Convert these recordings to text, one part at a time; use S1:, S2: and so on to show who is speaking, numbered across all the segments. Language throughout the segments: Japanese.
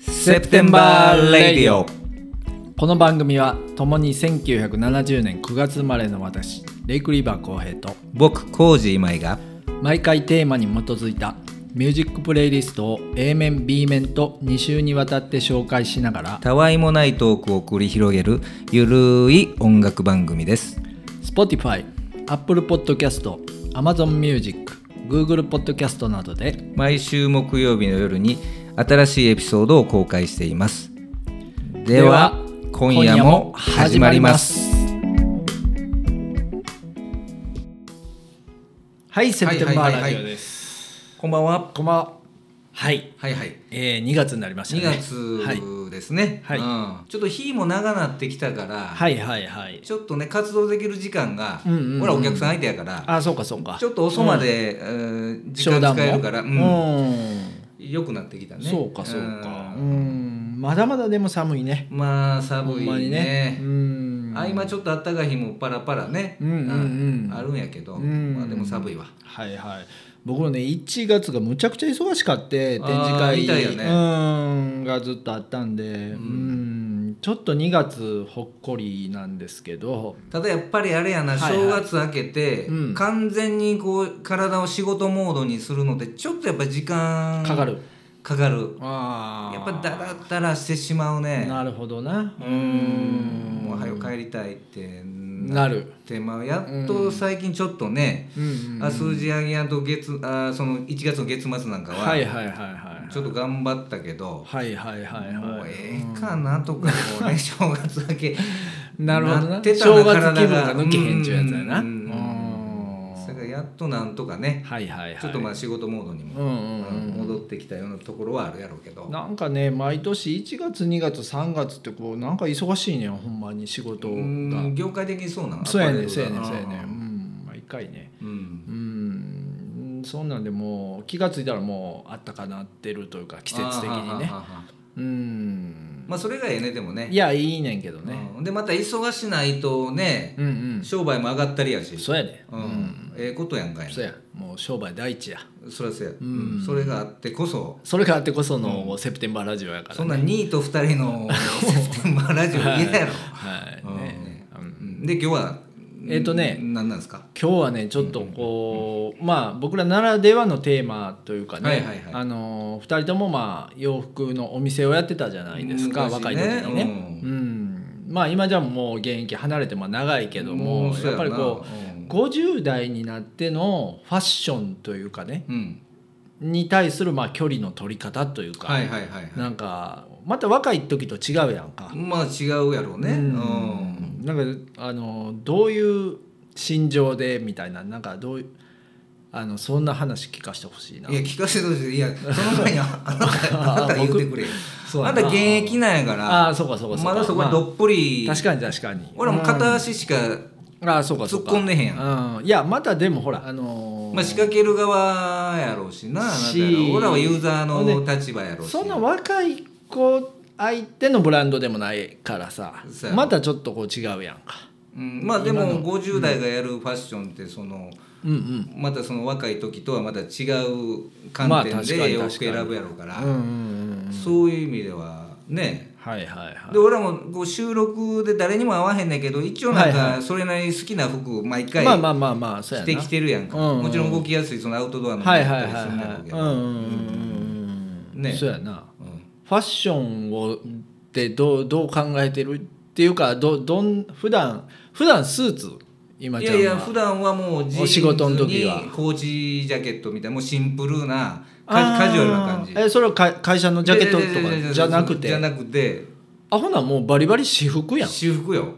S1: セプテンバーレディオ
S2: この番組は共に1970年9月生まれの私レイク・リーバー浩平と
S1: 僕コージ今井が
S2: 毎回テーマに基づいたミュージックプレイリストを A 面 B 面と2週にわたって紹介しながら
S1: たわいもないトークを繰り広げるゆるい音楽番組です
S2: Spotify、Apple Podcast、Amazon Music、Google Podcast などで
S1: 毎週木曜日の夜に新しいエピソードを公開していますでは
S2: では
S1: 今夜も始まります
S2: はい、セプテンバーラジオ
S1: はいはいはいはい
S2: です。
S1: こんばんは
S2: こんばんは。はい、
S1: はいはい
S2: えー、2月になりまし
S1: 2
S2: たね。はい、
S1: 月ですね、
S2: はい
S1: うん、ちょっと日も長なってきたから、
S2: はい、はい、はい。
S1: ちょっとね活動できる時間が、
S2: うんうんうん
S1: ほらお客さん相手やから
S2: あ、そうか、そうか。
S1: ちょっと遅まで、えー時間使えるから、う
S2: 商
S1: ん
S2: 談もうん
S1: 良くなってきたね
S2: そうか、そうか。うんん、まだまだでも寒いね。
S1: まあ
S2: ほ
S1: 寒
S2: ん
S1: い
S2: まに
S1: ね
S2: ね。うん。
S1: 合間ちょっとあったかい日もパラパラね、
S2: うんうんうん
S1: あるんやけど、
S2: うん
S1: まあ、でも寒いわ
S2: はいはい僕もね1月がむちゃくちゃ忙しかって展示
S1: あー
S2: 会
S1: みたいよね
S2: うんがずっとあったんで、うんん、ちょっと2月ほっこりなんですけど
S1: ただやっぱりあれやな、
S2: はい
S1: 正
S2: はい
S1: 月明けて、
S2: うん
S1: 完全にこう体を仕事モードにするのでちょっとやっぱ時間
S2: かかる、
S1: かかる
S2: あ
S1: やっ
S2: ー
S1: ぱダラダラしてしまうね
S2: なるほどな
S1: うーんもう早く帰りたいって
S2: なる
S1: ってまあやっと最近ちょっとね、
S2: うんうん
S1: あ数字上げやんと月あその1月の月末なんか
S2: はい
S1: は
S2: はいはいはい
S1: ちょっと頑張ったけど、
S2: はいはいはい
S1: もう
S2: はい
S1: ええかなとかもうね正月だけ
S2: なるほど
S1: なっ
S2: な
S1: てたな
S2: 正月気
S1: 体
S2: 分が抜けへんちゅうやつやな
S1: うん
S2: うん
S1: それがやっとなんとかね、
S2: はいはいはい
S1: ちょっとまあ仕事モードにも、
S2: うんうんうん
S1: うん戻ってきたようなところはあるやろうけど
S2: なんかね毎年1月2月3月ってこうなんか忙しいねんほんまに仕事
S1: う
S2: が
S1: ん業界的にそうなの
S2: そうや
S1: アパレ
S2: ね
S1: ル
S2: そうやね
S1: が
S2: そうやねうん毎回ね
S1: うん
S2: うんそんなんでもう気がついたらもうあったかなってるというか季節的に
S1: あ
S2: ね
S1: はははは
S2: うん
S1: まあそれがええねでもね
S2: いやいいねんけどね
S1: うんでまた忙しないとね、
S2: うんうん
S1: 商売も上がったりやし
S2: そうやね
S1: うんええことやんかいな
S2: そうやもう商売第一や
S1: そらそうや、
S2: ん
S1: うんそれがあってこそ
S2: それがあってこそのセプテンバーラジオやからね
S1: そんな2位と2人 のセプテンバーラジオ嫌やろ、
S2: はい
S1: うん
S2: ねうん
S1: うんで今日は
S2: えっとね
S1: 何なんですか
S2: 今日はねちょっとこう、まあ僕らならではのテーマというかね、
S1: はいはいはい
S2: あの2人ともまあ洋服のお店をやってたじゃないですか、
S1: 昔
S2: 若い
S1: ね
S2: 時にね。
S1: う
S2: うんまあ今じゃもう現役離れても長いけどもやっぱりこう、50代になってのファッションというかね
S1: うやなうん、
S2: に対するまあ距離の取り方というか、
S1: はいはいはいは
S2: なんかまた若い時と違うやんか
S1: い。まあ違うやろうね
S2: う
S1: うん
S2: んなんかあのどういう心情でみたいななんかどういうあのそんな話聞かせてほしいない
S1: や聞かせてほし いいやその前にああなたあなた言ってくれよ
S2: そう
S1: あ
S2: や
S1: ん
S2: な
S1: た現役なんやか
S2: あ
S1: ら
S2: あそうかそうかそうか
S1: まだそこに
S2: ま
S1: どっぷり、
S2: あ確かに確かに
S1: 俺はもう片足しか、
S2: うんああそうかそうか
S1: 突っ込んでへんや
S2: うんいやまたでもほらあのー
S1: まあ、仕掛ける側やろうしなあなたや
S2: し
S1: ろ俺らはユーザーの立場やろうし
S2: そんな若い子相手のブランドでもないからさ
S1: そうやな
S2: またちょっとこう違うやんか
S1: うん、まあでも50代がやるファッションってその、
S2: うんうん
S1: またその若い時とはまた違う
S2: まあ
S1: 観点
S2: 確か
S1: で
S2: に
S1: 洋服
S2: 確かに
S1: 選ぶやろうから、
S2: うんうんうん
S1: そういう意味ではね
S2: はいはいはい
S1: で俺らもこう収録で誰にも合わへんねんけど一応なんかそれなりに好きな服毎回
S2: まあまあまあまあそう
S1: 着
S2: や
S1: て
S2: な
S1: きてるやんか、
S2: うんうん
S1: もちろん動きやすいそのアウトドアの
S2: はいはいはい
S1: やったりするんだろ
S2: は
S1: う
S2: い
S1: け
S2: う
S1: ど
S2: んうんうんうん
S1: ね
S2: そうやな
S1: うん
S2: ファッションをってどうどう考えてるっていうかどどん普段普段スーツ今
S1: い
S2: ちゃ
S1: や
S2: んはい
S1: や普段はもうジーンズに
S2: お仕事の時は
S1: コーチジャケットみたいなもうシンプルな
S2: あ
S1: カカ
S2: ー
S1: ジュアルな感じ
S2: えそれはか会社のジャケットとかじゃなく
S1: じゃ
S2: て
S1: なくて
S2: あほなもうバリバリ私服やん
S1: 私服よ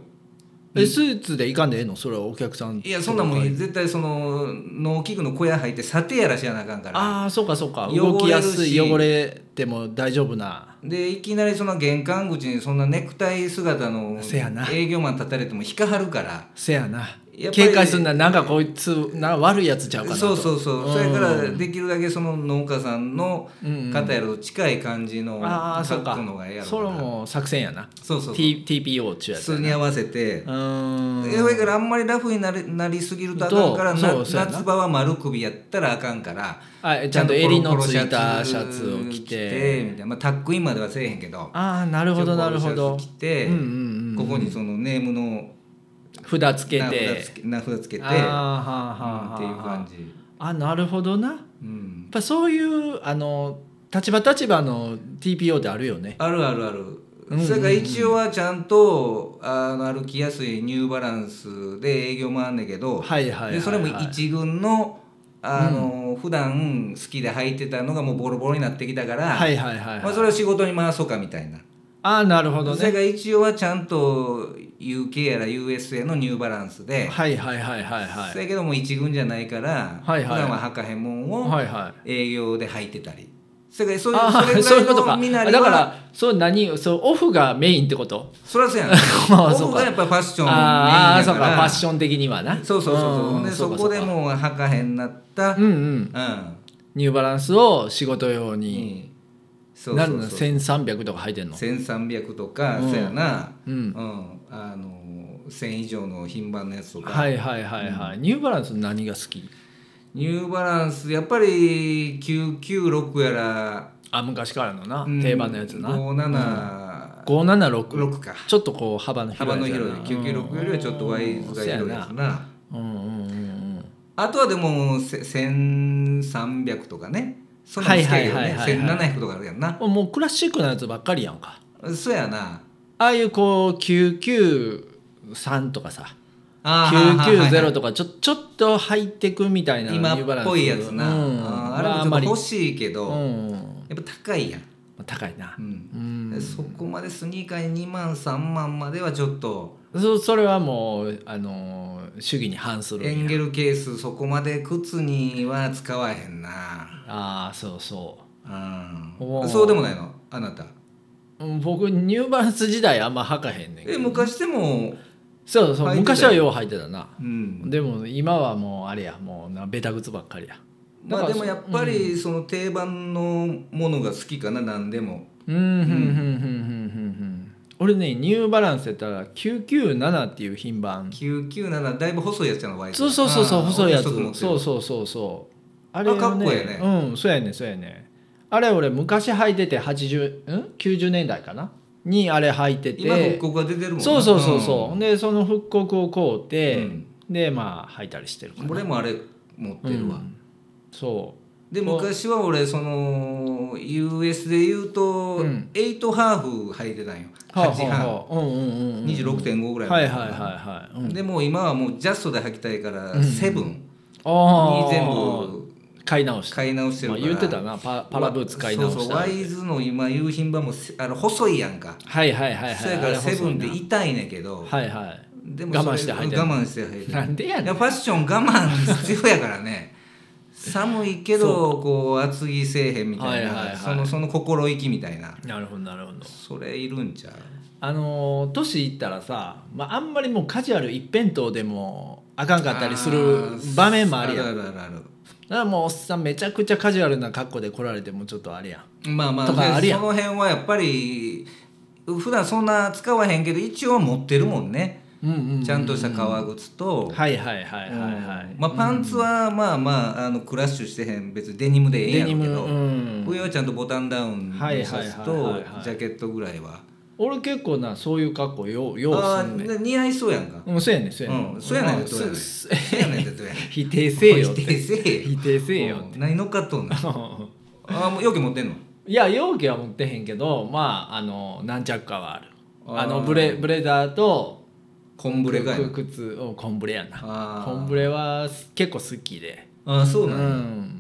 S2: えスーツでいかんでええのそれはお客さん
S1: いやそんなもん絶対その農機具の小屋入って査定やらしやなあかんから
S2: ああそうかそうか
S1: 汚れるし
S2: 動きやすい汚れても大丈夫な
S1: でいきなりその玄関口にそんなネクタイ姿の
S2: せやな
S1: 営業マン立たれても引っかはるから
S2: せやな
S1: やっぱり
S2: 警戒するななんかこいつな悪いやつちゃうかな
S1: そ
S2: と
S1: うそうそう、
S2: ん
S1: それからできるだけその農家さんの
S2: うんうん
S1: 方やろと近い感じの
S2: ああそう
S1: 格
S2: か
S1: 好の方がええやろ
S2: それ
S1: うから
S2: も作戦やな
S1: そうそうそう
S2: T TPO 中やった
S1: そ
S2: ら
S1: れに合わせて
S2: うーん
S1: えそれからあんまりラフになりなりすぎるとあかんから
S2: と
S1: な
S2: そうそうやな
S1: 夏場は丸首やったらあかんから
S2: あちゃんと襟のついたシャツを着て
S1: みたいな、まあ、タックインまではせえへんけど
S2: ああなるほどなるほ
S1: ちょっとポ
S2: ど
S1: ロシャツ着て、
S2: うんうんうん
S1: ここにそのネームの
S2: 札つけ
S1: 名
S2: て
S1: 札つけ名札つけて、
S2: あーは
S1: うん
S2: あはあはあ
S1: っていう感じ、
S2: あなるほどなやっ
S1: うん、
S2: ぱそういうあの立場立場の TPO ってあるよね
S1: あるあるある、
S2: うんうん
S1: それから一応はちゃんとあの歩きやすいニューバランスで営業もあんねんけど、
S2: はいはいはいはい
S1: でそれも一軍のあの、普段好きで履いてたのがもうボロボロになってきたから、
S2: はいはいはい、
S1: ま
S2: は
S1: あ、
S2: い
S1: それを仕事に回そうかみたいな。
S2: ああなるほど
S1: それ
S2: ね
S1: が一応はちゃんと UK やら USA のニューバランスで、
S2: はいはいはいはいはい
S1: そやけども一軍じゃないから、
S2: はいはい
S1: 普段は履かへんもんを
S2: はいはい
S1: 営業で履いてたり。それからそう
S2: あ
S1: い
S2: ー
S1: う
S2: そういう
S1: ぐ
S2: こと
S1: らいの
S2: か
S1: 身なり
S2: だか
S1: は
S2: らそう何そうオフがメインってこと
S1: そらそうやん
S2: まあそうか
S1: 僕がやっぱファッションメインや
S2: あーあーそう
S1: か
S2: かファッ
S1: ら
S2: ション的にはな
S1: そうそうそうそうんでそ
S2: か
S1: こで
S2: うか
S1: もう履かへんなった
S2: うんう
S1: う
S2: ん
S1: ん
S2: ニューバランスを仕事用
S1: う
S2: に、
S1: んそう
S2: な
S1: そ
S2: る
S1: う
S2: の
S1: そう
S2: 1300とか入ってんの
S1: 1300とか
S2: うん
S1: そやな
S2: う
S1: うん
S2: ん
S1: あの1000以上の品番のやつとか
S2: はいはいはいはい、ニューバランス何が好き
S1: ニューバランスやっぱり996やら
S2: あ昔からのな、
S1: うん
S2: 定番のやつな
S1: 576
S2: 576
S1: か
S2: ちょっとこう幅の
S1: 幅の
S2: 広いやつやな
S1: 広い996よりはちょっとワイズが広いやつな
S2: うんうんうんうん
S1: あとはでもせ1300とかねそんなのつけるよ
S2: はい
S1: ね
S2: はいはいはいはい
S1: 1700とかあるやんな
S2: うんもうクラシックなやつばっかりやんか
S1: そうやな
S2: ああいうこう993とかさ
S1: あー
S2: 990とかちょちょっと入ってくみたいな
S1: 今
S2: ニューバラ
S1: っ
S2: ンス
S1: ぽいやつな、
S2: うん
S1: あーあれ
S2: ま
S1: もちょ
S2: ああん
S1: っ
S2: ま
S1: と
S2: り
S1: 欲しいけど、
S2: う
S1: や
S2: ん
S1: っぱ高いやん、
S2: 高いな
S1: う
S2: うんん
S1: そこまでスニーカーに2万3万まではちょっと
S2: そそれはもうあのー主義に反するんや
S1: エンゲルケースそこまで靴には使わへんな、
S2: ああそうそ
S1: うん
S2: お、ー
S1: そうでもないのあなた
S2: ううん僕ニューバランス時代あんま履かへんねんけ
S1: え
S2: ど
S1: 昔でも、
S2: そう
S1: 履いてた
S2: そう
S1: よ
S2: 昔はよう履いてたな
S1: うん、
S2: でも今はもうあれやもうなベタ靴ばっかりや
S1: ま
S2: だ
S1: あ
S2: から
S1: でもやっぱりその定番のものが好きかな何でも
S2: うんうんうんうんうんうん俺ねニューバランスやったら997っていう品番
S1: 997だいぶ細いやつやのワイズ
S2: そうそうそうそう
S1: あー
S2: 細いやつ
S1: 俺一持ってる
S2: そうそうそうそうあ
S1: あかっこええね
S2: うんそうやねそうやねあれ俺昔履いてて80ん90年代かなにあれ履いてて
S1: 今復刻が出てるもんな
S2: そうそうそうそう、でその復刻を買うて、
S1: うん
S2: でまあ履いたりしてるか
S1: うん
S2: ら
S1: 俺もあれ持ってるわ、
S2: そ
S1: で昔は俺その US で言うと
S2: うん
S1: 8ハーフ履いてたんよ
S2: うはあ
S1: 8ハ
S2: はあうんうんうん
S1: ー
S2: う
S1: フ
S2: ん
S1: 26.5ぐらい
S2: はいはいはいはい、うん、
S1: でもう今はもうジャストで履きたいから
S2: うん
S1: セブンに
S2: あー
S1: 全部
S2: 買い直した
S1: 買い直してる
S2: まあ、
S1: から
S2: 言ってたなパパラブーツ買い直した
S1: そうそうワイズの今夕品版もせあの細いやんか
S2: はいはいはいはい
S1: そやからセブンって
S2: あれ細い
S1: 痛いねんけど
S2: なはいはい
S1: でも
S2: 我慢して履いてる
S1: 我慢して履いてる
S2: なんでや
S1: い
S2: ね
S1: や
S2: ん
S1: ファッション我慢必要やから ね寒いけどこう厚着せえへんみたい
S2: はいはいは
S1: ないそのその心意気みたいな
S2: なるほどなるほど
S1: それいるんちゃう
S2: あのー年いったらさ、まあ、あんまりもうカジュアル一辺倒でもあかんかったりする場面もあるやん
S1: あ
S2: だか
S1: るあるある
S2: らもうおっさんめちゃくちゃカジュアルな格好で来られてもちょっとあれやん
S1: まあまあ
S2: とかある
S1: で
S2: やん
S1: その辺はやっぱり普段そんな使わへんけど一応持ってるもんね、
S2: うんうんうん
S1: ちゃんとした革靴と、
S2: はいはいはいはいはい、
S1: まあ、パンツはまあまああのクラッシュしてへん別にデニムでええん
S2: デ
S1: や
S2: ニ
S1: ろう
S2: ム、
S1: け
S2: う
S1: ど、
S2: ん、
S1: 上はちゃんとボタンダウンのシャツ
S2: はい
S1: と
S2: はいはいはいはい
S1: ジャケットぐらいは。
S2: 俺結構なそういう格好ようよう
S1: あ
S2: すんねん
S1: ー似合いそうやんか。
S2: うんそうやねんそうやねん、
S1: うん、そうやねんてどうやねん。
S2: す
S1: そうやねんてどうやねん。
S2: 否定せえよ っ
S1: 否
S2: て
S1: 定せえよ。
S2: 否定せえよって
S1: うん何乗っかっとんの ああ、もう容器持ってんの
S2: いや容器は持ってへんけどまああの何着かはある
S1: あー
S2: あのブレブレザーと
S1: コンブレかいな。
S2: く靴をコンブレやな
S1: あ
S2: コンブ
S1: レ。
S2: レは結構好きで
S1: ああ、そううなんや
S2: ん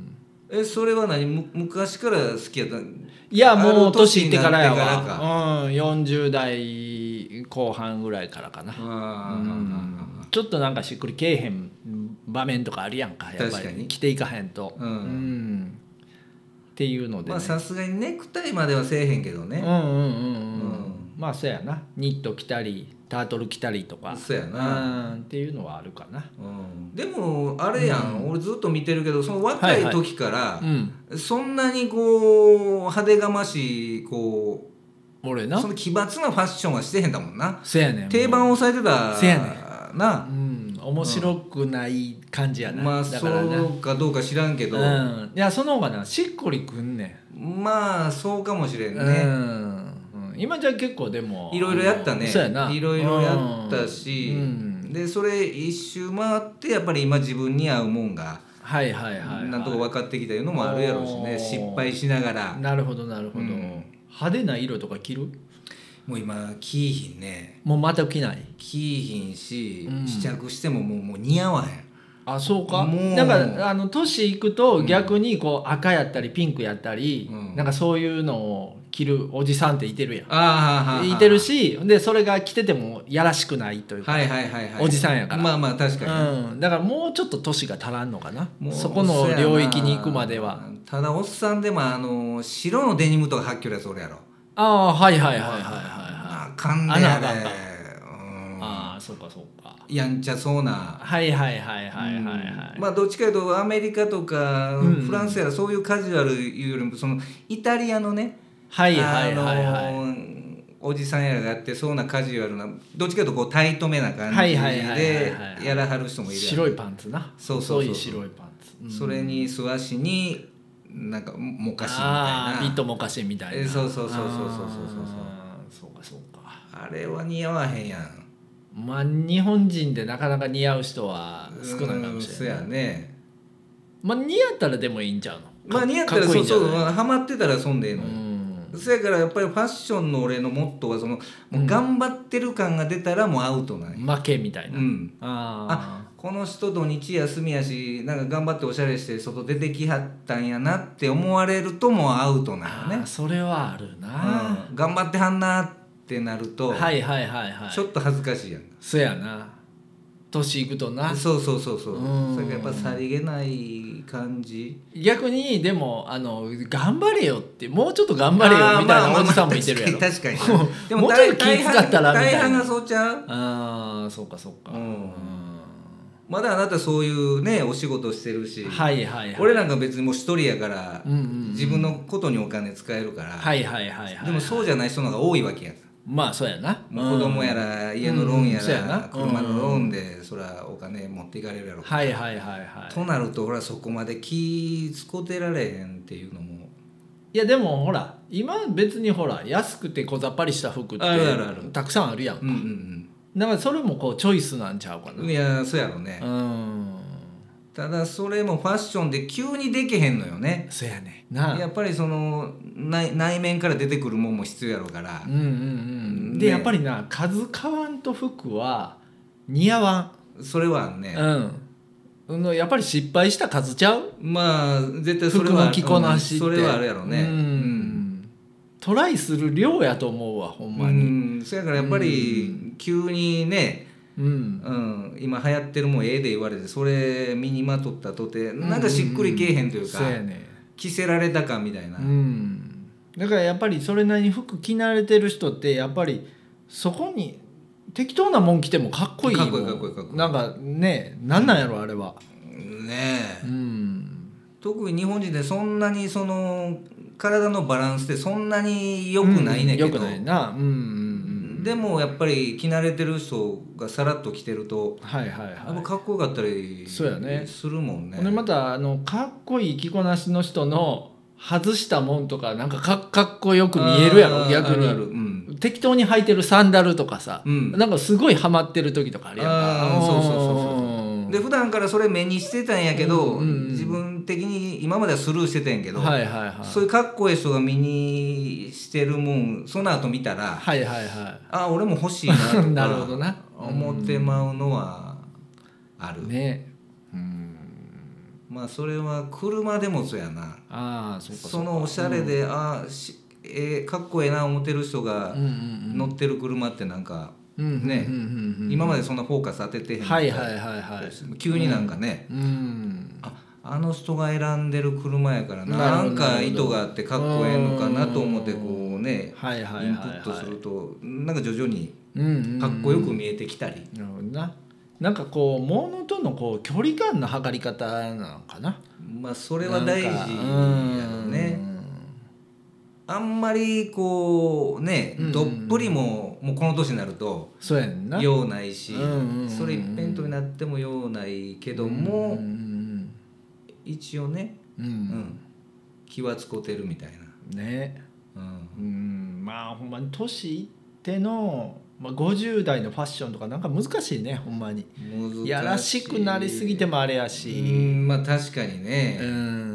S1: え、それは何む昔から好きやったん
S2: いやも
S1: あ
S2: う
S1: る
S2: 年いってからや
S1: になってから
S2: わうん40代後半ぐらいからかな
S1: あ
S2: うんちょっとなんかしっくりけえへん場面とかあるやんかやっぱ
S1: 確か
S2: り
S1: に
S2: 着ていかへんと
S1: うん
S2: んっていうの
S1: ー
S2: で
S1: ま
S2: ね
S1: あ、さすがにネクタイまではせえへんけど
S2: うん
S1: ね。
S2: うんうん
S1: う
S2: うん
S1: ん。
S2: まあそうやなニット着たりタートル着たりとか
S1: そうやな
S2: うんっていうのはあるかな
S1: うんでもあれやん、俺ずっと見てるけどその若い時から
S2: う、ん
S1: そんなにこう派手がましいこ
S2: 俺
S1: う
S2: な
S1: その奇抜なファッションはしてへんだもんな
S2: せやねん
S1: 定番を抑えてた
S2: せやねう
S1: なん
S2: 面白くない感じやな、
S1: まあ
S2: だ
S1: そ
S2: からな
S1: うかどうか知らんけど、
S2: うん、いやその方がなしっこりくんね
S1: まあそうかもしれ
S2: ん
S1: ん
S2: う
S1: ね、
S2: ん、今じゃ結構でも
S1: いろいろやったね
S2: そうやないい
S1: ろいろやったし、でそれ一周回ってやっぱり今自分に合うもんが
S2: はいはいはい、はい、
S1: なんとか分かってきたいうのもあるやろうしね
S2: おー
S1: 失敗しながら
S2: なるほどなるほど、
S1: うん
S2: 派手な色とか着る
S1: もう今着いひんね
S2: もう全く着ない
S1: 着いひんし、
S2: うん
S1: 試着してももうもう似合わへん
S2: あそうか
S1: もう
S2: なんかあの年いくと逆にこう赤やったりピンクやったり、
S1: うん
S2: なんかそういうのを着るおじさんっていてるやん
S1: あ
S2: いてるしでそれが着ててもやらしくないというか、
S1: はいはいはいはい
S2: おじさんやから
S1: まあまあ確かに、
S2: うん、だからもうちょっと年が足らんのかな
S1: もう
S2: そこの領域に行くまで
S1: そ
S2: は
S1: やなただおっさんでもあの白のデニムとかはっきりやつ俺やろ
S2: ああはいはいはいはいはいはい
S1: あかんねや
S2: あなあかんか
S1: うん
S2: ああそうかそうか
S1: やんちゃそうな
S2: はいはいはいはいはいはい、
S1: まあどっちかというとアメリカとか
S2: うん
S1: フランスやらそういうカジュアルいうよりもそのイタリアのね
S2: はいはいはいはい
S1: あのおじさんやらがやってそうなカジュアルなどっちかというとこうタイトめな感じ
S2: はいはいはいはい
S1: で
S2: はい
S1: やらはる人もいるやん
S2: 白いパンツな
S1: そうそうそう
S2: 細い白いパンツ、うん
S1: それに素足になんかもかしみたい
S2: ああビ
S1: な
S2: ットもおかしいみたい
S1: え
S2: な
S1: そうそうそうそうそうそうそう
S2: あーそうかそうか
S1: あれは似合わへんやん
S2: まあ日本人でなかなか似合う人は少ないかもしれない
S1: うんそやね
S2: まあ似合ったらでもいいんちゃうの
S1: まあ似合った
S2: からこい
S1: そ
S2: いん
S1: う
S2: じゃ
S1: そ
S2: な
S1: う
S2: い
S1: ハマってたらそんでええのよ
S2: うん
S1: そやからやっぱりファッションの俺のモットーはそのもう頑張ってる感が出たらもうアウトなんや
S2: 負けみたいな、
S1: うん
S2: あ
S1: あこの人土日休みやしなんか頑張っておしゃれして外出てきはったんやなって思われるともうアウト
S2: ー
S1: な
S2: あ
S1: んよ
S2: ー
S1: ね、
S2: それはあるな、
S1: うん、頑張ってはんなってなると、
S2: はいはいはいはい
S1: ちょっと恥ずかしいやん
S2: そやな年いくとな
S1: そうそうそうそう
S2: うん
S1: それがやっぱさりげない感じ
S2: 逆にでもあの頑張れよってもうちょっと頑張れよみたいなおじさんもいてるやろ
S1: あまあ確かに確かに
S2: もうちょっと気使ったらみた
S1: 大
S2: いな
S1: 半がそうちゃう
S2: ああそうかそうか、
S1: うん
S2: ん
S1: まだあなたそういうねお仕事してるし、
S2: はいはいはい
S1: 俺なんか別にもう一人やから、
S2: うんうんうん
S1: 自分のことにお金使えるから、
S2: はいはいはいはい
S1: でもそうじゃない人の方が多いわけやん
S2: まあそうやな
S1: もう子供や
S2: うん
S1: ら家のローンや
S2: うんそうやな
S1: ら車のローンでそらお金持っていかれるやろ、
S2: はいはいはいはい
S1: となるとほらそこまで気つこてられへんっていうのも
S2: いやでもほら今別にほら安くて小ざっぱりした服って
S1: あるあるある
S2: たくさんあるやん
S1: うんうん
S2: だからそれもこうチョイスなんちゃうかな
S1: うんいやそうやろね、
S2: うん
S1: ただそれもファッションで急にできへんのよね
S2: そやねんなあ
S1: やっぱりその内内面から出てくるもんも必要やろうから
S2: うんうんうん
S1: ね
S2: でやっぱりな数買わんと服は似合わ
S1: それはあん
S2: ん
S1: ね、
S2: うんうんやっぱり失敗した数ちゃう
S1: まあ絶対それ
S2: 服
S1: は
S2: の着こなしって
S1: うんそれはあるやろね
S2: うんトライする量やと思うわほ
S1: うんん、う
S2: まに
S1: んそやからやっぱり急にね、
S2: うん
S1: うん、今流行ってるもんええで言われてそれ身にまとったとてなんかしっくりけえへんというか、
S2: そやねん
S1: 着せられたかみたいな、
S2: うん、だからやっぱりそれなりに服着慣れてる人ってやっぱりそこに適当なもん着てもかっこいいもん
S1: かっこいいかっこいいかっこいい
S2: なんかねなんなんやろあれは
S1: ね
S2: う
S1: え
S2: ん
S1: 特に日本人でそんなにその体のバランスってそんなに良くないねんけど、
S2: よくないなうんうんうん
S1: でもやっぱり着慣れてる人がさらっと着てると
S2: はいはい
S1: やっぱ
S2: は
S1: かっこよかったり
S2: そうやね
S1: するもん
S2: い、
S1: ね
S2: ほんでまたあのかっこいい着こなしの人の外したもんとかなんかかかっこよく見えるや
S1: あ
S2: ろ
S1: ー
S2: 逆
S1: あるある
S2: に
S1: うん
S2: 適当に履いてるサンダルとかさ、
S1: うん
S2: なんかすごいハマってる時とかあるやんか
S1: あーそうそうそうそうそうんで普段からそれ目にしてたんやけど、
S2: うんうんうん
S1: 自分的に今まではスルーしてたんやけど、
S2: はいはいはい
S1: そういうかっこいい人が身にしてるもんその後見たら
S2: はいはいは
S1: あ俺も欲しいなとか
S2: なるほどな
S1: 思ってまうのはある、
S2: いねうん
S1: まあそれは車でもそうやな
S2: ああそうか
S1: そのおしゃれで、あしえーかっこええな思ってる人が
S2: うんうん
S1: 乗ってる車ってなんか、
S2: うんうん
S1: ね
S2: うんうんうん
S1: 今までそんなフォーカス当ててへんかった
S2: はいはいはいはい
S1: 急になんかね、
S2: うん
S1: ああの人が選んでる車やからな
S2: なる
S1: な
S2: ほど
S1: んか意図があってかっこええのかなと思ってこ
S2: う
S1: うんをね
S2: はい
S1: イ
S2: はいはい
S1: ンプ
S2: はい
S1: ットするとなんか徐々に
S2: うんうんうん
S1: かっこよく見えてきたり
S2: なるほどななんかこうものとのこう距離感の測り方なのかな
S1: まあそれは大事やろねあんまりこうね
S2: うん
S1: どっぷりももうこの年になると
S2: そうやんな
S1: 用ないし
S2: うんうんうん
S1: それ一辺倒になっても用ないけど
S2: う
S1: も
S2: ん
S1: 一応ね
S2: うんうんう
S1: うんん気は使てるみたい
S2: ね
S1: なうん
S2: うんまあほんまに年いっての、まあ、50代のファッションとかなんか難しいねほんまに
S1: 難しい
S2: やらしくなりすぎてもあれやし
S1: うんまあ確かにね、
S2: うん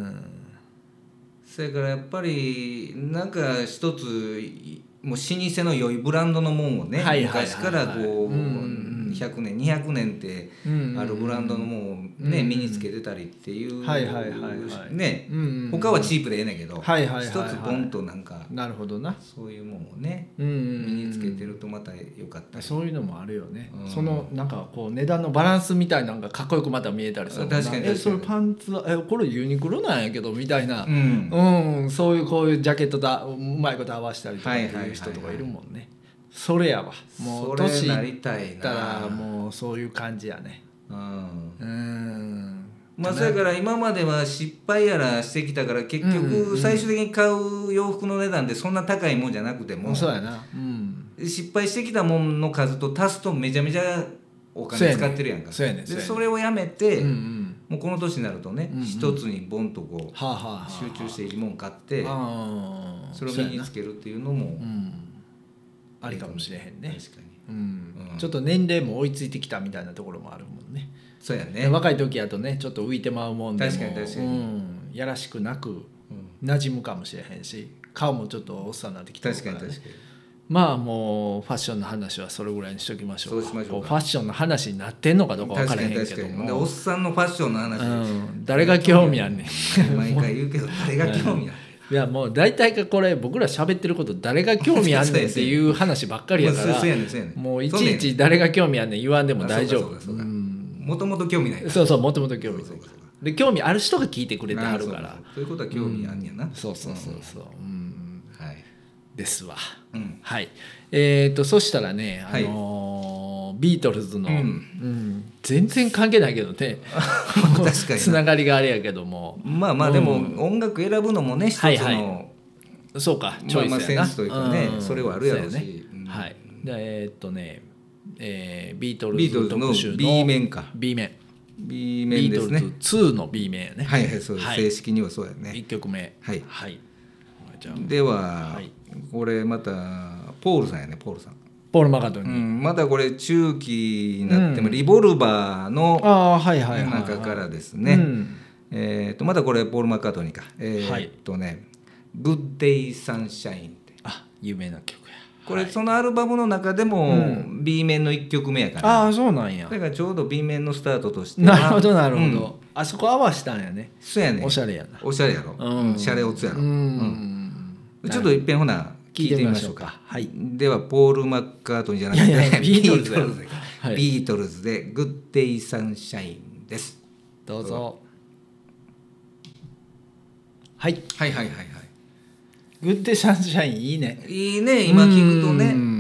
S1: それからやっぱりなんか一ついもう老舗の良いブランドのもんをね、
S2: はいはいはいはい
S1: 昔からこう、
S2: うんうんうん
S1: 100年200年って
S2: うん
S1: あるブランドのもんをね、
S2: うん
S1: 身につけてたりっていう、
S2: はいはいはいはい
S1: ね
S2: うんうんうん
S1: 他はチープでええねんけど、
S2: はいはいはいはい
S1: 一つポンとなんか
S2: なるほどな
S1: そういうもんをね
S2: うんうん
S1: 身
S2: うん
S1: につけてるとまた良かったり、
S2: そういうのもあるよね、
S1: うん
S2: そのなんかこう値段のバランスみたいなのがかっこよくまた見えたりするもんな
S1: 確かに
S2: え
S1: 確か
S2: そ
S1: に
S2: れパンツはえこれユニクロなんやけどみたいな
S1: う、ん
S2: うんそういうこういうジャケットだうまいこと合わせたりとかっ
S1: は
S2: て
S1: いはいはい
S2: い
S1: は
S2: う
S1: い
S2: 人とかいるもんねそれやわもう
S1: そ
S2: 年
S1: れない
S2: っ
S1: りたいな
S2: たらもうそういう感じやね
S1: うん
S2: うん
S1: まあ、それから今までは失敗やらしてきたから結
S2: うんうんう
S1: 局
S2: ん
S1: 最終的に買う洋服の値段でそんな高いもんじゃなくても
S2: そうやなうん
S1: 失敗してきたもんの数と足すとめちゃめちゃお
S2: そう
S1: 金
S2: やね
S1: 使ってるやんか
S2: そうやねそう
S1: で
S2: やね
S1: それをやめ
S2: う
S1: て、
S2: んうん
S1: もうこの年になるとね
S2: うんうん
S1: 一つにボンとこう
S2: はあ、はあはあ、
S1: 集中して一問買って
S2: あー
S1: それを身につけるっていうのも
S2: そうやなうんありかもしれへんね、
S1: 確かに
S2: うん
S1: うん
S2: ちょっと年齢も追いついてきたみたいなところもあるもんね
S1: そうやね、
S2: 若い時やとねちょっと浮いてまうもんでも
S1: 確かに確かに
S2: うん、やらしくなく
S1: うん
S2: 馴染むかもしれへんし顔もちょっとおっさんになってきた
S1: 確かに確かに
S2: まあもうファッションの話はそれぐらいにしときましょう
S1: そうしましょうか
S2: こファッションの話になってんのかどうか分
S1: 確
S2: から
S1: か
S2: へん
S1: に
S2: け
S1: 確か
S2: ど
S1: にでお
S2: も
S1: っさんのファッションの話、
S2: うん、誰が興味あんねん
S1: 毎回言うけど誰が興味ある
S2: いやもう大体がこれ僕ら喋ってること誰が興味あんねんっていう話ばっかりや か
S1: そ
S2: ら
S1: うやねんそうやねん
S2: もういちいち誰が興味あんねん言わんでも大丈
S1: あそう
S2: 夫
S1: かそうかそうか
S2: うん
S1: もともと興味ないから
S2: そうそうもともと興味
S1: そうかそうか
S2: で興味ある人が聞いてくれて
S1: あ
S2: は
S1: あ
S2: る
S1: そう
S2: か
S1: からそういうことは興味あんねやな、
S2: そうそうそうそう、うん、
S1: うんはい、
S2: ですわ
S1: うん、
S2: はいえっ、とそしたらね、あ
S1: はい
S2: のービートルズの、
S1: うん
S2: うん全然関係ないけどね
S1: 確か
S2: つ
S1: にな
S2: ながりがあれやけども
S1: まあまあでも音楽選ぶのもね一つの、
S2: はいはいそうかチョイスやな、
S1: まあまあセンスというかね
S2: ん
S1: それはあるやろうし
S2: そう
S1: うん
S2: はいでえっ、とね、えービートル
S1: ビートル
S2: ズ
S1: ズ
S2: 特集
S1: の
S2: の
S1: B 面か
S2: B 面
S1: B
S2: ビ
S1: 面
S2: ー
S1: で
S2: ト
S1: す
S2: ルズ
S1: ね
S2: 2の B 面やね
S1: はいはいそうです、
S2: はい
S1: 正式にはそうやね
S2: 一曲目
S1: はい
S2: はい、じゃあ
S1: では、
S2: はい
S1: これまたポールさんやねポールさん、
S2: ポール・マカートニ
S1: う
S2: ー、
S1: ん、まだこれ中期になっても、
S2: うん
S1: リボルバーの
S2: ああーはいはいはい、はい、
S1: 中からですね、
S2: うん
S1: えー、とまだこれポール・マッカートニーかえ
S2: はい
S1: ー、とね「グッデイ・サンシャイン」って
S2: あ有名な曲や
S1: これそのアルバムの中でも
S2: う
S1: B 面の1曲目やから、
S2: ああそうなんや
S1: だからちょうど B 面のスタートとして
S2: なるほどなるほ
S1: う
S2: ど、
S1: ん
S2: あそこ合わしたんやね
S1: そうやね
S2: おし
S1: ゃ
S2: ゃれやな
S1: おしゃれやろ、
S2: うん
S1: シャレオツやろ、
S2: うん、
S1: ちょっといっぺんほな聞いてみましょうか
S2: はい
S1: ではポール・マッカートニーじゃなくて
S2: いや いやビートルズ
S1: ビで
S2: はい
S1: ビートルズで「グッデイ・サンシャイン」です
S2: どうぞはい
S1: はいはいはいは
S2: グッデシャンシャインいいね
S1: いいいね今聞くとね、
S2: うん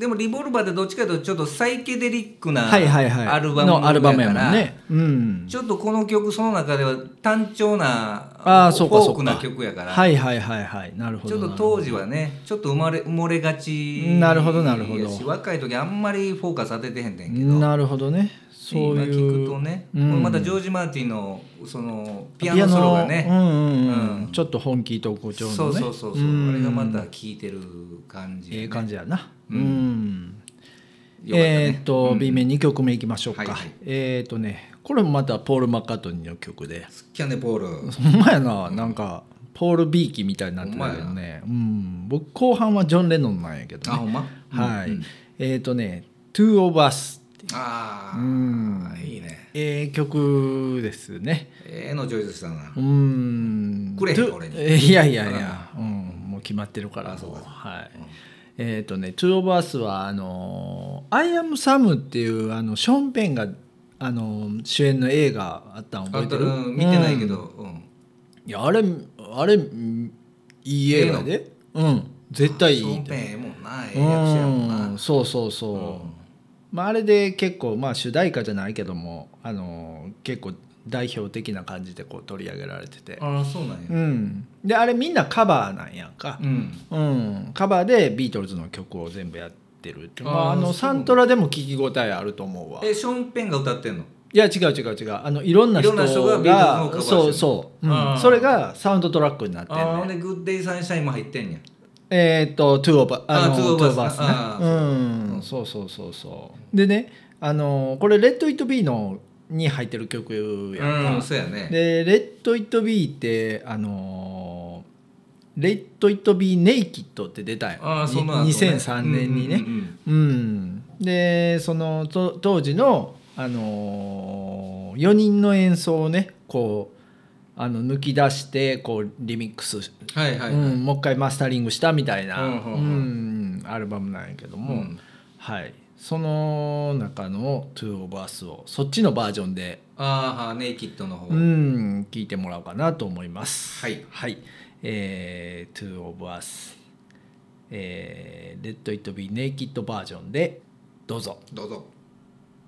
S1: でもリボルバーってどっちかというとちょっとサイケデリックな
S2: はいはいはい
S1: アルバム
S2: のアルバム
S1: や
S2: や
S1: か
S2: も
S1: ら
S2: んねうん
S1: ちょっとこの曲その中では単調な
S2: ああそうか
S1: フ
S2: そ
S1: ォー
S2: う
S1: ク
S2: か
S1: な曲やから
S2: はいはいはいはいなるほ
S1: ち
S2: ど
S1: ょっと
S2: なるほど
S1: 当時はねちょっと生まれ埋もれがち
S2: なるほどなるほど
S1: やし若い時あんまりフォーカス当ててへんねんけど
S2: なるほどねそう
S1: 今
S2: いう
S1: 聞くとね、
S2: うん
S1: これまたジョージ・マーティンのそのピアノソロが
S2: ピア
S1: ね
S2: ノうんうんうん
S1: うん
S2: ちょっと本気と誇張のね
S1: そうそうそうそう、
S2: ん
S1: あれがまた聴いてる感じ、
S2: ええ感じやなうん、
S1: よかったね
S2: えーっと、B 面2曲目いきましょうか、
S1: はいはい
S2: えーっとねこれもまたポール・マッカートニーの曲で
S1: キャネポールは
S2: ほんまやななんかポール・ビーキみたいになってるけど
S1: ほんま
S2: ね、うん、僕後半はジョン・レノンなんやけど
S1: あほ
S2: ね
S1: んま
S2: はい、
S1: うんうん
S2: えーっとね「Two of Us
S1: あ」あ、
S2: うん
S1: いいね
S2: ええ曲ですね
S1: ええのジョイズしたな
S2: うーん
S1: くれへんか
S2: と
S1: 俺に
S2: えいやいやいや、うん、もう決まってるから
S1: あそうかそ
S2: も
S1: う
S2: はい、えっ、とね「トゥー・オブ・アス」はあのー「アイ・アム・サム」っていうあのショーン・ペンが、あのー主演の映画あったの覚えてる、
S1: あうん見てないけ
S2: うん
S1: ど、うん
S2: いやあれあれうんいい映画やでうん絶対い
S1: ショ
S2: い
S1: ン
S2: と
S1: ペンええもんなええ役者やもんな
S2: うんそうそうそう、
S1: うん
S2: まあ、あれで結構、まあ、主題歌じゃないけどもあの結構代表的な感じでこう取り上げられてて、
S1: ああそうなん
S2: う
S1: や
S2: ん、であれみんなカバーなんやんか
S1: う、ん
S2: うんカバーでビートルズの曲を全部やってるってま
S1: あー
S2: あ、あ
S1: そ
S2: の
S1: う
S2: サントラでも聞き応えあると思うわ
S1: えションペンが歌ってんの
S2: いや違う違う違うあのいろんない人
S1: ろんな人がビートルズのカバーしてる
S2: そうそう、うん
S1: あー
S2: それがサウンドトラックになってんね
S1: ああほんでグッデイサンシャインも入ってんや
S2: えーっと、トゥーオーバー、あの、
S1: あトゥー
S2: トゥーオ
S1: オ
S2: ー
S1: ー
S2: バ
S1: バー
S2: ース
S1: スね。
S2: ねう、
S1: うんん
S2: そうそうそうそう。でね、あの、これ、レッド・イット・ビーの、に入ってる曲やんか。
S1: うんそうやね
S2: で、レッド・イット・ビーって、あの、レッド・イット・ビー・ネイキッドって出たよ。
S1: ああその後、
S2: に2003年にね。
S1: うんうんうん
S2: うん、でそのと当時の、あの4人の演奏をねこうあの抜き出してこうリミックス、
S1: うんはいはい、
S2: うん、もう一回マスタリングしたみたいな、
S1: う
S2: う
S1: んんうんう
S2: アルバムなんやけど
S1: も
S2: も、
S1: う
S2: はい、その中の「2 of Us」をそっちのバージョンで
S1: ああネイキッドの方、
S2: うん聞いてもらおうかなと思います。
S1: はい、
S2: はい、えー、Two of Us、えー、Let It Be Naked バージョンでどうぞ。
S1: どうぞ、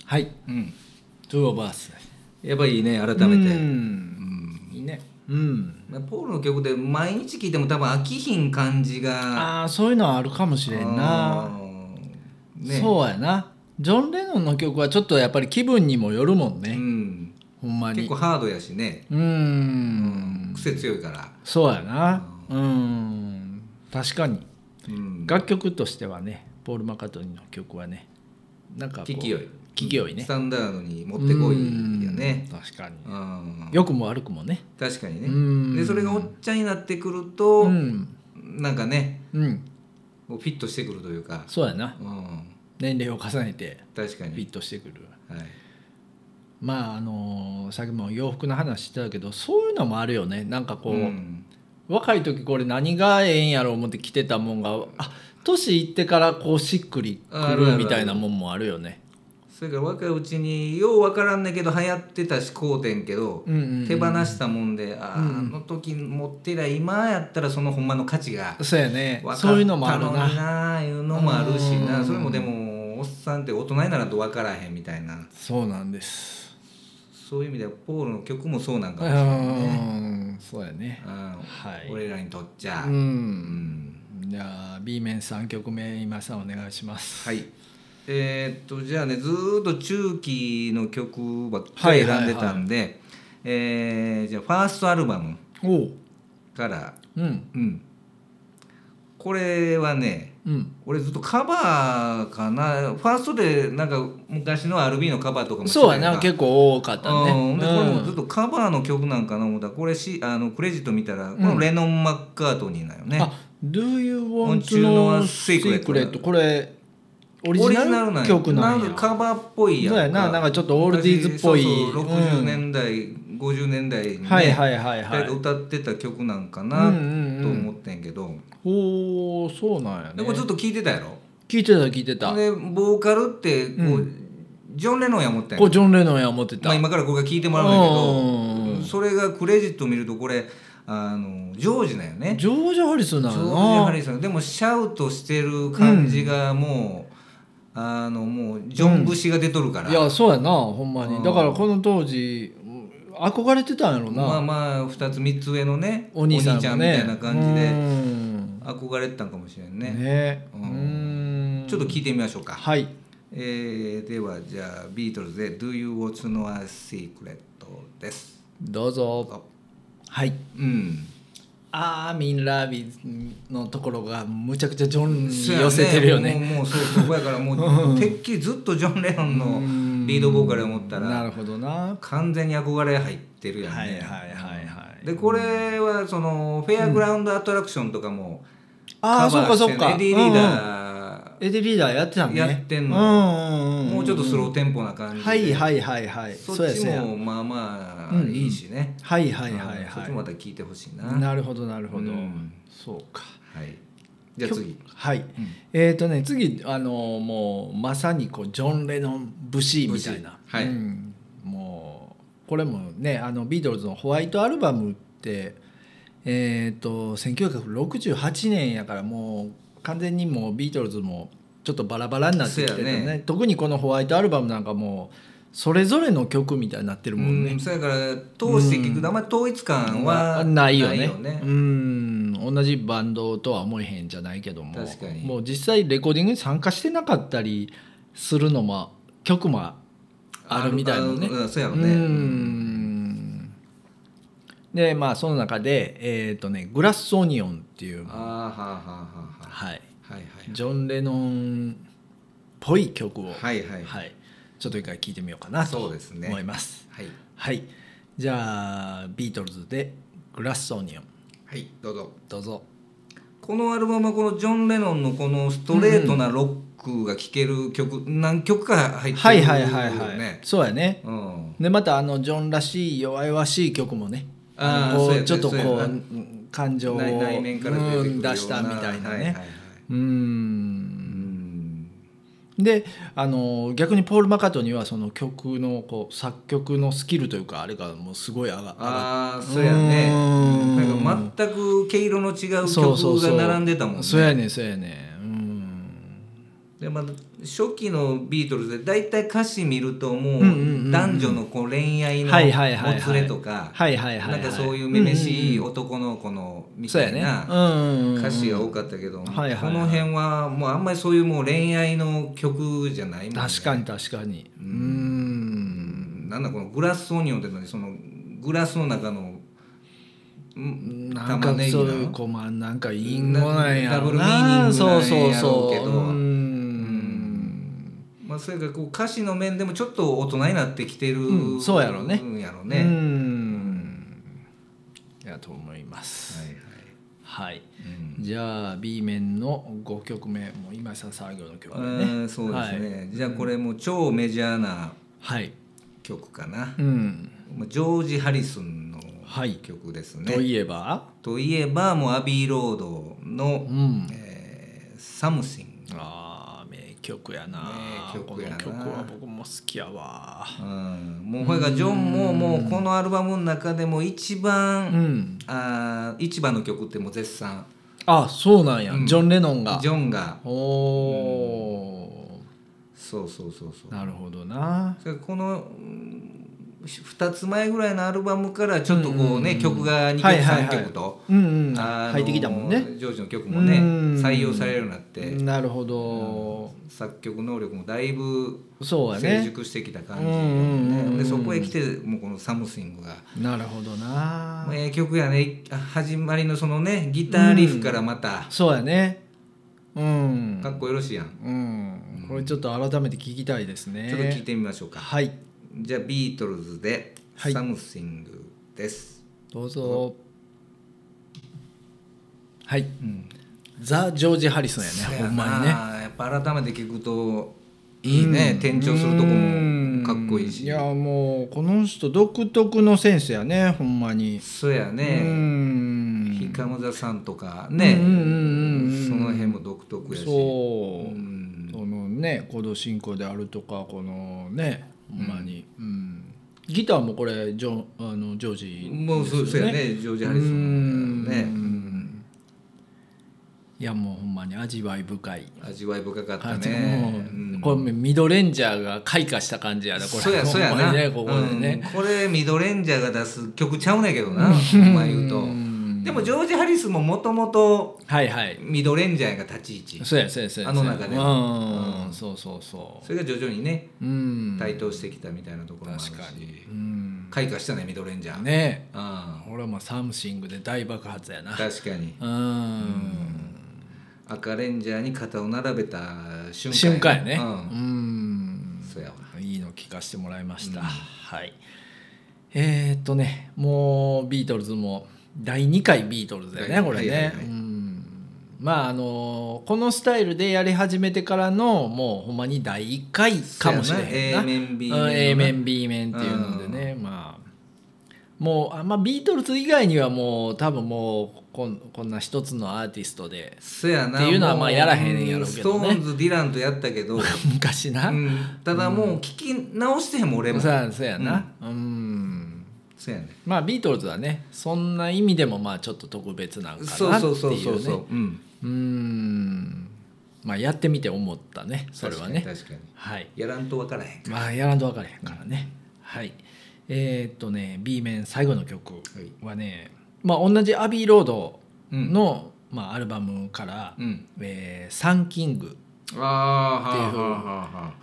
S2: はい、
S1: うん、
S2: Two of Us
S1: やっぱいいね改めて、
S2: 改めて。
S1: うん
S2: いいね。うん。
S1: ポールの曲で毎日聴いても多分飽きひん感じが
S2: ああ、そういうのはあるかもしれんな。
S1: うんね
S2: そうやな。ジョン・レノンの曲はちょっとやっぱり気分にもよるもん
S1: う
S2: ね。
S1: ん、
S2: ほんまに。
S1: 結構ハードやしね、
S2: うーん。
S1: 癖強いから、
S2: そうやな。うん。確かに。
S1: うん、
S2: 楽曲としてはね、ポール・マカートニーの曲はね、なんかこう
S1: 聞きよい
S2: 聞きよいね
S1: ス。タンダードに持ってこいやね
S2: うん。確かに。
S1: うん
S2: 良くも悪くもね。
S1: 確かに
S2: うん
S1: ねでそれがおっちゃんになってくると、
S2: うん。
S1: なんかね
S2: うん。
S1: こうフィットしてくるというか、
S2: そうやな。
S1: うん、
S2: 年齢を重ねて
S1: 確か
S2: フィッ
S1: に、
S2: トしてくる。
S1: はい、
S2: まああのさっきも洋服の話してたけどそういうのもあるよねなんかこう、
S1: ん
S2: 若い時これ何がええんやろ思って着てたもんがあ年いってからこうしっくり
S1: あ
S2: く
S1: るあるあ
S2: る
S1: る
S2: みたいなもんもあるよね。
S1: それから若いうちにようわからんねんけど流行ってたしこうてんけど、
S2: うんうんうん
S1: 手放したもんであ,、
S2: うん
S1: あの時持ってりゃ今やったらそのほんまの価値が
S2: そうやね
S1: 分かった
S2: そういうのもある
S1: のに
S2: な。
S1: ないうのもあるし
S2: う
S1: なんそれもでもおっさんって大人にならんと分からへんみたいな
S2: そうなんです。
S1: そういう意味ではポールの曲もそうなんかも
S2: う
S1: しれないね、
S2: んそうやね。
S1: うん
S2: はい
S1: 俺らにとっちゃ、
S2: う。
S1: うんん
S2: じゃあ B 面3曲目今井さんお願いします。
S1: はい。えーっとじゃあねずーっと中期の曲ばっかり選んでたんで、えーじゃあファーストアルバム
S2: おう。
S1: から、
S2: うん
S1: うん、これはね
S2: うん。
S1: 俺ずっとカバーかなファーストでなんか昔の RB のカバーとかもしてた
S2: そうや
S1: んか
S2: な結構多かった
S1: う
S2: ね。
S1: んでこれも
S2: うん
S1: ずっとカバーの曲なんかな思ったらこれしあのクレジット見たらこのレノン・マッカートニーなよね、
S2: あ、Do you want
S1: Want
S2: to
S1: You Know a
S2: know secret?
S1: Secret?
S2: これオリジナル
S1: んや
S2: 曲なんや。
S1: かカバーっぽいやん
S2: そうやな、なんかちょっとオールディーズっぽい。
S1: そうそう60
S2: うん
S1: 年代、50年代にね、
S2: はいはいはいは
S1: 二
S2: い
S1: 人で。歌ってた曲なんか
S2: う
S1: なと
S2: んうんうん
S1: 思ってんけど、
S2: おお、そうなんや
S1: で
S2: ね
S1: こ。れずっと聞いてたやろ
S2: 聞いてた聞いてた。
S1: でボーカルってこう、ジョン・レノンや思ってん
S2: こうジョンレノンや思ってた。
S1: まあ、今からこれが聞いてもらうんだけ
S2: うんうんう
S1: どそれがクレジット見るとこれあのジョージだよね
S2: ジョージハリスン
S1: ジョ
S2: な
S1: ージ・
S2: の
S1: ハ
S2: な。
S1: リソンでもシャウトしてる感じがもう、あのもうジョン節が出とるから、
S2: いや、そうやな、ほんま
S1: う
S2: に。
S1: ん
S2: だからこの当時憧れてたんやろ
S1: まあ
S2: な。
S1: まあ2つ3つ上のね
S2: お兄さん
S1: ちゃ
S2: も
S1: んみた
S2: ね
S1: いな感じで
S2: うん
S1: 憧れてたんかもしれんね
S2: ね。う
S1: うん
S2: ん。
S1: ちょっと聞いてみましょうか、
S2: はい。
S1: えーではじゃあビートルズで「Do You Want to Know a Secret」です
S2: どう
S1: どう
S2: ぞ
S1: ぞ。
S2: はい。
S1: うん
S2: あーミンラービーのところがむちゃくちゃジョンに
S1: そうやね
S2: 寄せてるよね。
S1: もうもうそうそこやからもうてっきりずっとジョン・レノン のリードボーカルや思った
S2: なる
S1: ら
S2: ほどな。
S1: 完全に憧れ入ってるやんね、
S2: はいはいはいはい。
S1: でこれはそのフェアグラウンドアトラクションとかも
S2: ああそうか
S1: して
S2: そう
S1: ね
S2: か。
S1: エディ・リー
S2: うんうん
S1: ダー
S2: エディリーダーやってたのね。
S1: やってん
S2: の。うんうんん
S1: もうちょっとスローテンポな感じで、
S2: はいはいはいはい。
S1: そ
S2: そう
S1: っ
S2: や
S1: ち
S2: そうや
S1: もまあま
S2: うん
S1: あ
S2: うん
S1: いいしね、
S2: はいはいはい
S1: うんそっ
S2: は
S1: ちもまた聞いてほしいな、
S2: い。なるほどなるほど
S1: うん。
S2: そうか。
S1: はい、じゃあ次、
S2: はい、えっ、とね次あのもうまさにこうジョン・レノン節みたいな、
S1: 節はい
S2: うんもうこれもねあのビートルズのホワイトアルバムってえー、と1968年やからもう完全にもうビートルズもちょっとバラバラになってきてる
S1: そう
S2: ね
S1: やね
S2: 特にこのホワイトアルバムなんかもうそれぞれの曲みたいになってるもんね。
S1: うん、そやから通して聞くとあんまり統一感は
S2: ないよねうん同じバンドとは思えへんじゃないけども
S1: 確かに
S2: もう実際レコーディングに参加してなかったりするのも曲もあるみたいな
S1: あ
S2: ね
S1: るうんそうやろ
S2: う
S1: ね
S2: んでまあその中でえっ、とね「グラスオニオン」っていう
S1: あーはあはあはあ
S2: はい、
S1: はい
S2: ジョン・レノンっぽい曲を、
S1: はいはいはい
S2: はいちょっと一回聴いてみようかなと
S1: そうですね
S2: 思います。
S1: はい
S2: はい、じゃあビートルズで「グラスオニオン
S1: はいどうぞ」
S2: どうぞ。
S1: このアルバムはこのジョン・レノンのこのストレートなロックが聴ける曲、何曲か入って
S2: は
S1: る
S2: い
S1: よね
S2: はいはいはい。そうやね。
S1: うん
S2: でまたあのジョンらしい弱々しい曲もね、
S1: あーそ
S2: こ
S1: うや
S2: う
S1: ね
S2: ちょっとこう
S1: そうやね
S2: うん感情を
S1: 内内面から出てくるよう
S2: うん
S1: な
S2: 出したみたいなね。
S1: はいはいはい、
S2: う。
S1: うんん
S2: であの逆にポール・マカートニーはその曲のこう作曲のスキルというかあれがもうすごい上が上がっ
S1: ああそうやね
S2: う
S1: なんんか全く毛色の違
S2: た
S1: う曲が並んでたもんね
S2: そうやねそうやね。うん。
S1: でまあ、初期のビートルズで大体歌詞見るとも
S2: んうんうんう
S1: うん男女のこう恋愛の
S2: はいはいはいはい
S1: もつれとか
S2: はいはいはいは。
S1: ないんかそういうめめしい
S2: うんうん
S1: 男の子の
S2: うん
S1: み
S2: そう
S1: た
S2: や
S1: い
S2: ね。
S1: な
S2: うんうんうん
S1: 歌詞が多かったけどこ
S2: はいはいはい
S1: の辺はもうあんまりそういうもう恋愛の曲じゃないもんね
S2: 確かに確かにうーん
S1: なんだこのグラスオニオンってのにそのグラスの中のん
S2: なんか
S1: 玉ねぎ
S2: そう
S1: の
S2: いうこうまあなんか隠語なんや
S1: ダブ
S2: ろ
S1: ルミーニングなんやろう
S2: な
S1: けど
S2: そうそうそううー
S1: ん
S2: ん
S1: まあ、それがこう歌詞の面でもちょっと大人になってきてる、
S2: うんそうやろね
S1: んやろ
S2: うー
S1: ね、
S2: んやと思いますはい、じゃあ B 面の5曲目もう今井さん作業の曲
S1: はいはい、
S2: だね
S1: うんそうですね、
S2: はい
S1: じゃあこれもう超メジャーな
S2: はい
S1: 曲かな
S2: う、ん
S1: まあジョージ・ハリスンの
S2: はい
S1: 曲ですね、
S2: といえば
S1: といえばもうアビー・ロードの
S2: うん
S1: 「えー、サムシン
S2: あー名曲やな
S1: 名曲やな
S2: この曲は僕も好きやわ」
S1: うん、もうこれがジョンももうこのアルバムの中でも一番、
S2: うん
S1: あー一番の曲ってもう絶賛
S2: あそうなんや、
S1: うん
S2: ジョン・レノンが
S1: ジョンが
S2: おお
S1: そうそうそうそう
S2: ー、なるほどな
S1: それこの2つ前ぐらいのアルバムからちょっとこうね、曲が2曲
S2: はいはいはい
S1: 3曲と、
S2: うんうん
S1: あの
S2: 入ってきたもんね
S1: ジョージの曲もね
S2: うん
S1: 採用されるようになって
S2: なるほど、
S1: 作曲能力もだいぶ
S2: そうや
S1: 成
S2: ね
S1: 熟してきた感じ、
S2: うんうんうん
S1: でそこへ来てもうこの「サムシングが」
S2: なるほどな、
S1: まあええ曲やね始まりのそのねギターリフからまた
S2: そうやねうん
S1: かっこよろしいやん、
S2: うんこれちょっと改めて聞きたいですね
S1: ちょっと聞いてみましょうか、
S2: はい
S1: じゃあビートルズで「
S2: はい
S1: サムシング」です、
S2: どうぞはい
S1: うん
S2: ザ・ジョージ・ハリソンやねほんまにね
S1: やっぱ改めて聞くといいね、転調するとこもかっこいいし
S2: いやもうこの人独特のセンスやねほんまに
S1: そうや
S2: う
S1: ね
S2: ん
S1: ひかむざさんとかね
S2: うんうんうんうん
S1: その辺も独特やし
S2: そう、
S1: ん
S2: このね行動進行であるとかこのねほんまに、うんギターもこれジョあのジョージ
S1: もうそう
S2: です
S1: そう
S2: よ
S1: やねジョージ・ハリソ
S2: う
S1: ン
S2: ん
S1: ね
S2: いやもうほんまに味わい深い
S1: 味わい深かった
S2: 感じ、
S1: ね、
S2: もう
S1: うん
S2: これミドレンジャーが開花した感じやねこれ
S1: そうやそうや
S2: ほんま
S1: な
S2: にねここでね、
S1: うんこれミドレンジャーが出す曲ちゃうねんけどなほんま言うと
S2: ん
S1: でもジョージ・ハリスももともと
S2: はいはい
S1: ミドレンジャーが立ち位置
S2: そうやそうやそうや
S1: あの中で
S2: うん、
S1: う
S2: そうそうそ
S1: それが徐々にね
S2: ううん
S1: 台頭してきたみたいなところもあるし
S2: 確かにうん
S1: 開花したねミドレンジャー
S2: ね
S1: あ
S2: 俺はもうサムシングで大爆発やな
S1: 確かに
S2: うん
S1: 赤レンジャーに肩を並べた瞬間
S2: 瞬間やね
S1: う
S2: うんん
S1: そうやわ
S2: いいの聞かせてもらいました、はいえー、っとねもうビートルズも第2回ビートルズだよね
S1: はい
S2: これね、
S1: はいはいはい
S2: うんまああのこのスタイルでやり始めてからのもうほんまに第1回かもしれへんな
S1: そうやな A 面 B
S2: うん
S1: 面の
S2: A
S1: な
S2: 面 B 面っていうのでね、まあもうあんまビートルズ以外にはもう多分もうこんこんな一つのアーティストで
S1: そやな
S2: っていうのはまあやらへんやろうけどね
S1: ストーンズディランとやったけ ど、う
S2: 昔な、
S1: んただもう聞き直してへんもん俺も
S2: そうやそうやなうん、
S1: そうやね
S2: まあビートルズはねそんな意味でもまあちょっと特別なんかなっていう
S1: そう
S2: ね
S1: そうそうそうそう、うん、
S2: うーんまあやってみて思ったねそれはね
S1: 確かに確かに
S2: はい
S1: やらんと分からへん
S2: まあやらんと分からへんからねはいえーっとね B 面最後の曲はね、まあ同じ「アビー・ロードの」まあアルバムから「
S1: うん
S2: えーサンキング
S1: ああは
S2: ってい
S1: あは
S2: う
S1: あはあ」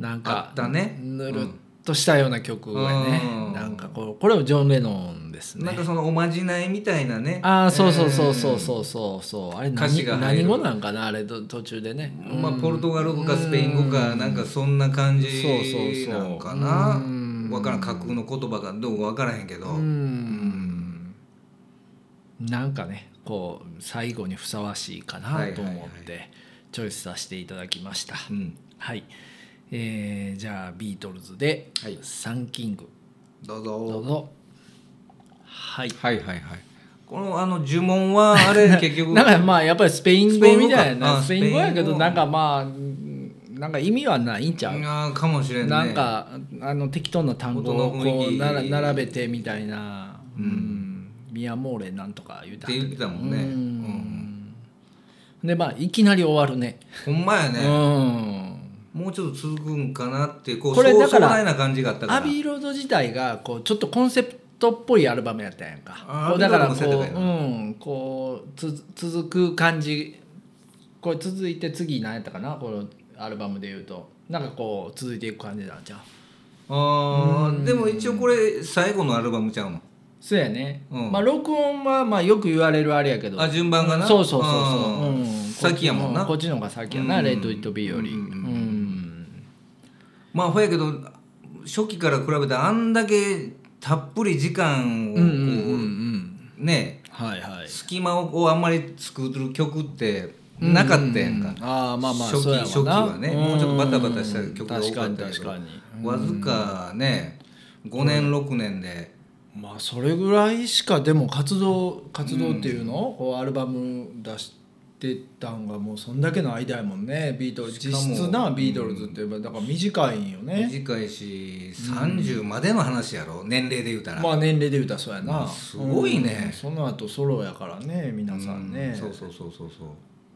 S2: なん
S1: あ
S2: か
S1: ったね
S2: ぬるっとしたような曲がね、
S1: うん
S2: なんかこうこれはジョン・レノンですね
S1: なんかそのおまじないみたいなね
S2: ああそうそうそうそう
S1: う、
S2: そうそうそうあれ
S1: 歌詞
S2: 何
S1: が入
S2: 何
S1: る
S2: 語なんかなあれと途中でね、
S1: えーまあ、ポルトガル語かスペイン語かなんかそんな感じ
S2: そうそうそう
S1: なんかな
S2: うん
S1: 分からん架空の言葉がどうか分からへんけど、
S2: うんうんなんかねこう最後にふさわしいかなと思っ
S1: はいはい
S2: てチョイスさせていただきましたはい、
S1: うん
S2: えーじゃあビートルズで
S1: はい
S2: 「サンキング
S1: どう」
S2: ど
S1: ぞ
S2: うぞはい
S1: はいはいはいこのあの呪文はあれ結局
S2: なんかまあやっぱりスペイン語みたいなス
S1: ス
S2: ペ
S1: ペイン
S2: イン
S1: 語
S2: 語
S1: かあ
S2: やけ
S1: スペイン
S2: ど
S1: 語
S2: なんかまあうんなんか意味はないんちゃう
S1: あーかもしれんね
S2: なんかあの適当な単語を
S1: 音の雰囲
S2: こう
S1: 気
S2: なら並べてみたいな、うん、ミアモーレなんとか言うては
S1: って言ってたもんね
S2: う
S1: うん
S2: でまあいきなり終わるね
S1: ほんまやね、
S2: うん
S1: もうちょっと続くんかなってこう
S2: これ
S1: そう
S2: だから
S1: 壮大な感じがあったから
S2: アビーロード自体がこうちょっとコンセプトっぽいアルバムやったやんか
S1: あ
S2: こうだから
S1: ア
S2: こ
S1: ビ
S2: う,、
S1: ーロードもそうやったか
S2: うん、こうつづ続く感じこれ続いて次何やったかなこのアルバムで言うとなんかこう続いていく感じなんちゃう
S1: あーでも一応これ最後のアルバムちゃうの
S2: そうやね、
S1: うん
S2: まあ録音はまあよく言われるあれやけど
S1: あ順番がな
S2: そうそうそうそう、
S1: うん
S2: うん
S1: 先やもんな
S2: こっちの方が先やな、
S1: うん
S2: レイト・イット・ビーより、うん
S1: まあほやけど初期から比べてあんだけたっぷり時間をこう、
S2: うんうんうんうん
S1: ね
S2: はいはい
S1: 隙間をこうあんまり作る曲ってなかったやんか、
S2: うああまあまあ
S1: 初期
S2: そうやわ
S1: 初期
S2: な
S1: はねもうちょっとバタバタした曲が多
S2: 確
S1: か
S2: か
S1: っ
S2: に
S1: たけ
S2: 確
S1: ど
S2: かに
S1: わずかね5年6年で、
S2: まあそれぐらいしかでも活動活動っていうの、こうアルバム出してたんがもうそんだけの間やもんねビートルズ
S1: しか
S2: 実
S1: も
S2: 質なビートルズって言えばだから短いんよね
S1: 短いし30までの話やろ、年齢で言うたら、
S2: まあ年齢で言うたらそうやな、
S1: うんすごいね
S2: うんその後ソロやからね皆さん
S1: う
S2: ね、
S1: んそうそうそうそうそう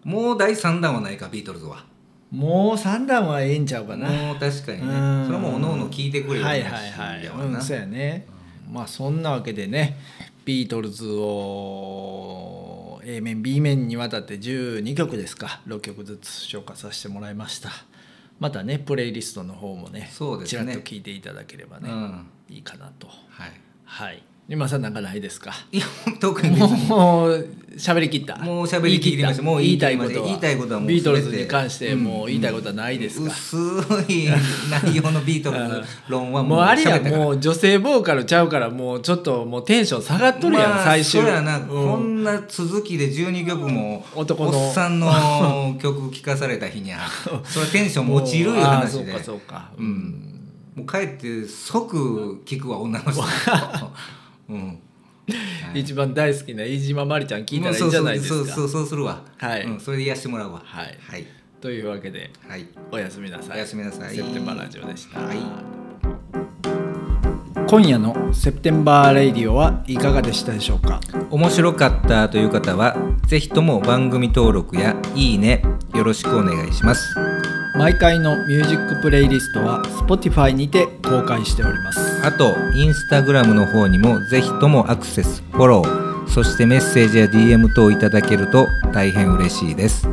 S1: もう第3弾はないかビートルズは
S2: もう3段はええんちゃうかな、
S1: もう確かにね
S2: うん
S1: それはもうおのおの聞いてくれる
S2: は
S1: 話
S2: いはいはい
S1: やわな
S2: うんそうやね、まあそんなわけでねビートルズを A 面 B 面にわたって12曲ですか6曲ずつ紹介させてもらいましたまたねプレイリストの方もね
S1: そうですね
S2: ちらっと聞いていただければ
S1: うん
S2: ね、
S1: はい
S2: いかなとはい今さんなんかないですか
S1: いや特に別に
S2: もう喋り切った。
S1: もう喋り切りましたもう
S2: 言
S1: 言
S2: い
S1: い
S2: た
S1: 切
S2: い
S1: り
S2: こ
S1: ま
S2: と
S1: した
S2: は
S1: 言いたいことはもう
S2: ビートルズ
S1: 全て
S2: に関してもう言いたいことはないですか。
S1: 薄い内容のビートルズ論は
S2: もうあれや
S1: 喋ったから
S2: もう女性ボーカルちゃうからもうちょっともうテンション下がっとるやん、
S1: まあ
S2: 最終。
S1: そうやな、
S2: うん
S1: こんな続きで12曲も
S2: 男の
S1: おっさんの曲聴かされた日に ゃそれテンション落ちるいう
S2: あー
S1: 話
S2: そう
S1: で
S2: かそうか。
S1: うんもう帰って即聴くわ女 の人うん
S2: 一番大好きな飯島まりちゃん聞いたらいいんじゃないですか。
S1: そうそうそうそうするわ
S2: はい
S1: うん、それで癒してもらうわ
S2: はい
S1: はい、
S2: というわけで
S1: はい、
S2: おやすみなさい。
S1: おやすみなさい
S2: セプテンバーラジオでした。
S1: はい
S2: 今夜のセプテンバーレディオはいかがでしたでしょうか。
S1: 面白かったという方はぜひとも番組登録やいいねよろしくお願いします
S2: 毎回のミュージックプレイリストは Spotify にて公開しております
S1: あとインスタグラムの方にもぜひともアクセスフォローそしてメッセージや DM 等いただけると大変嬉しいです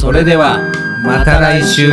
S2: それでは
S1: また来週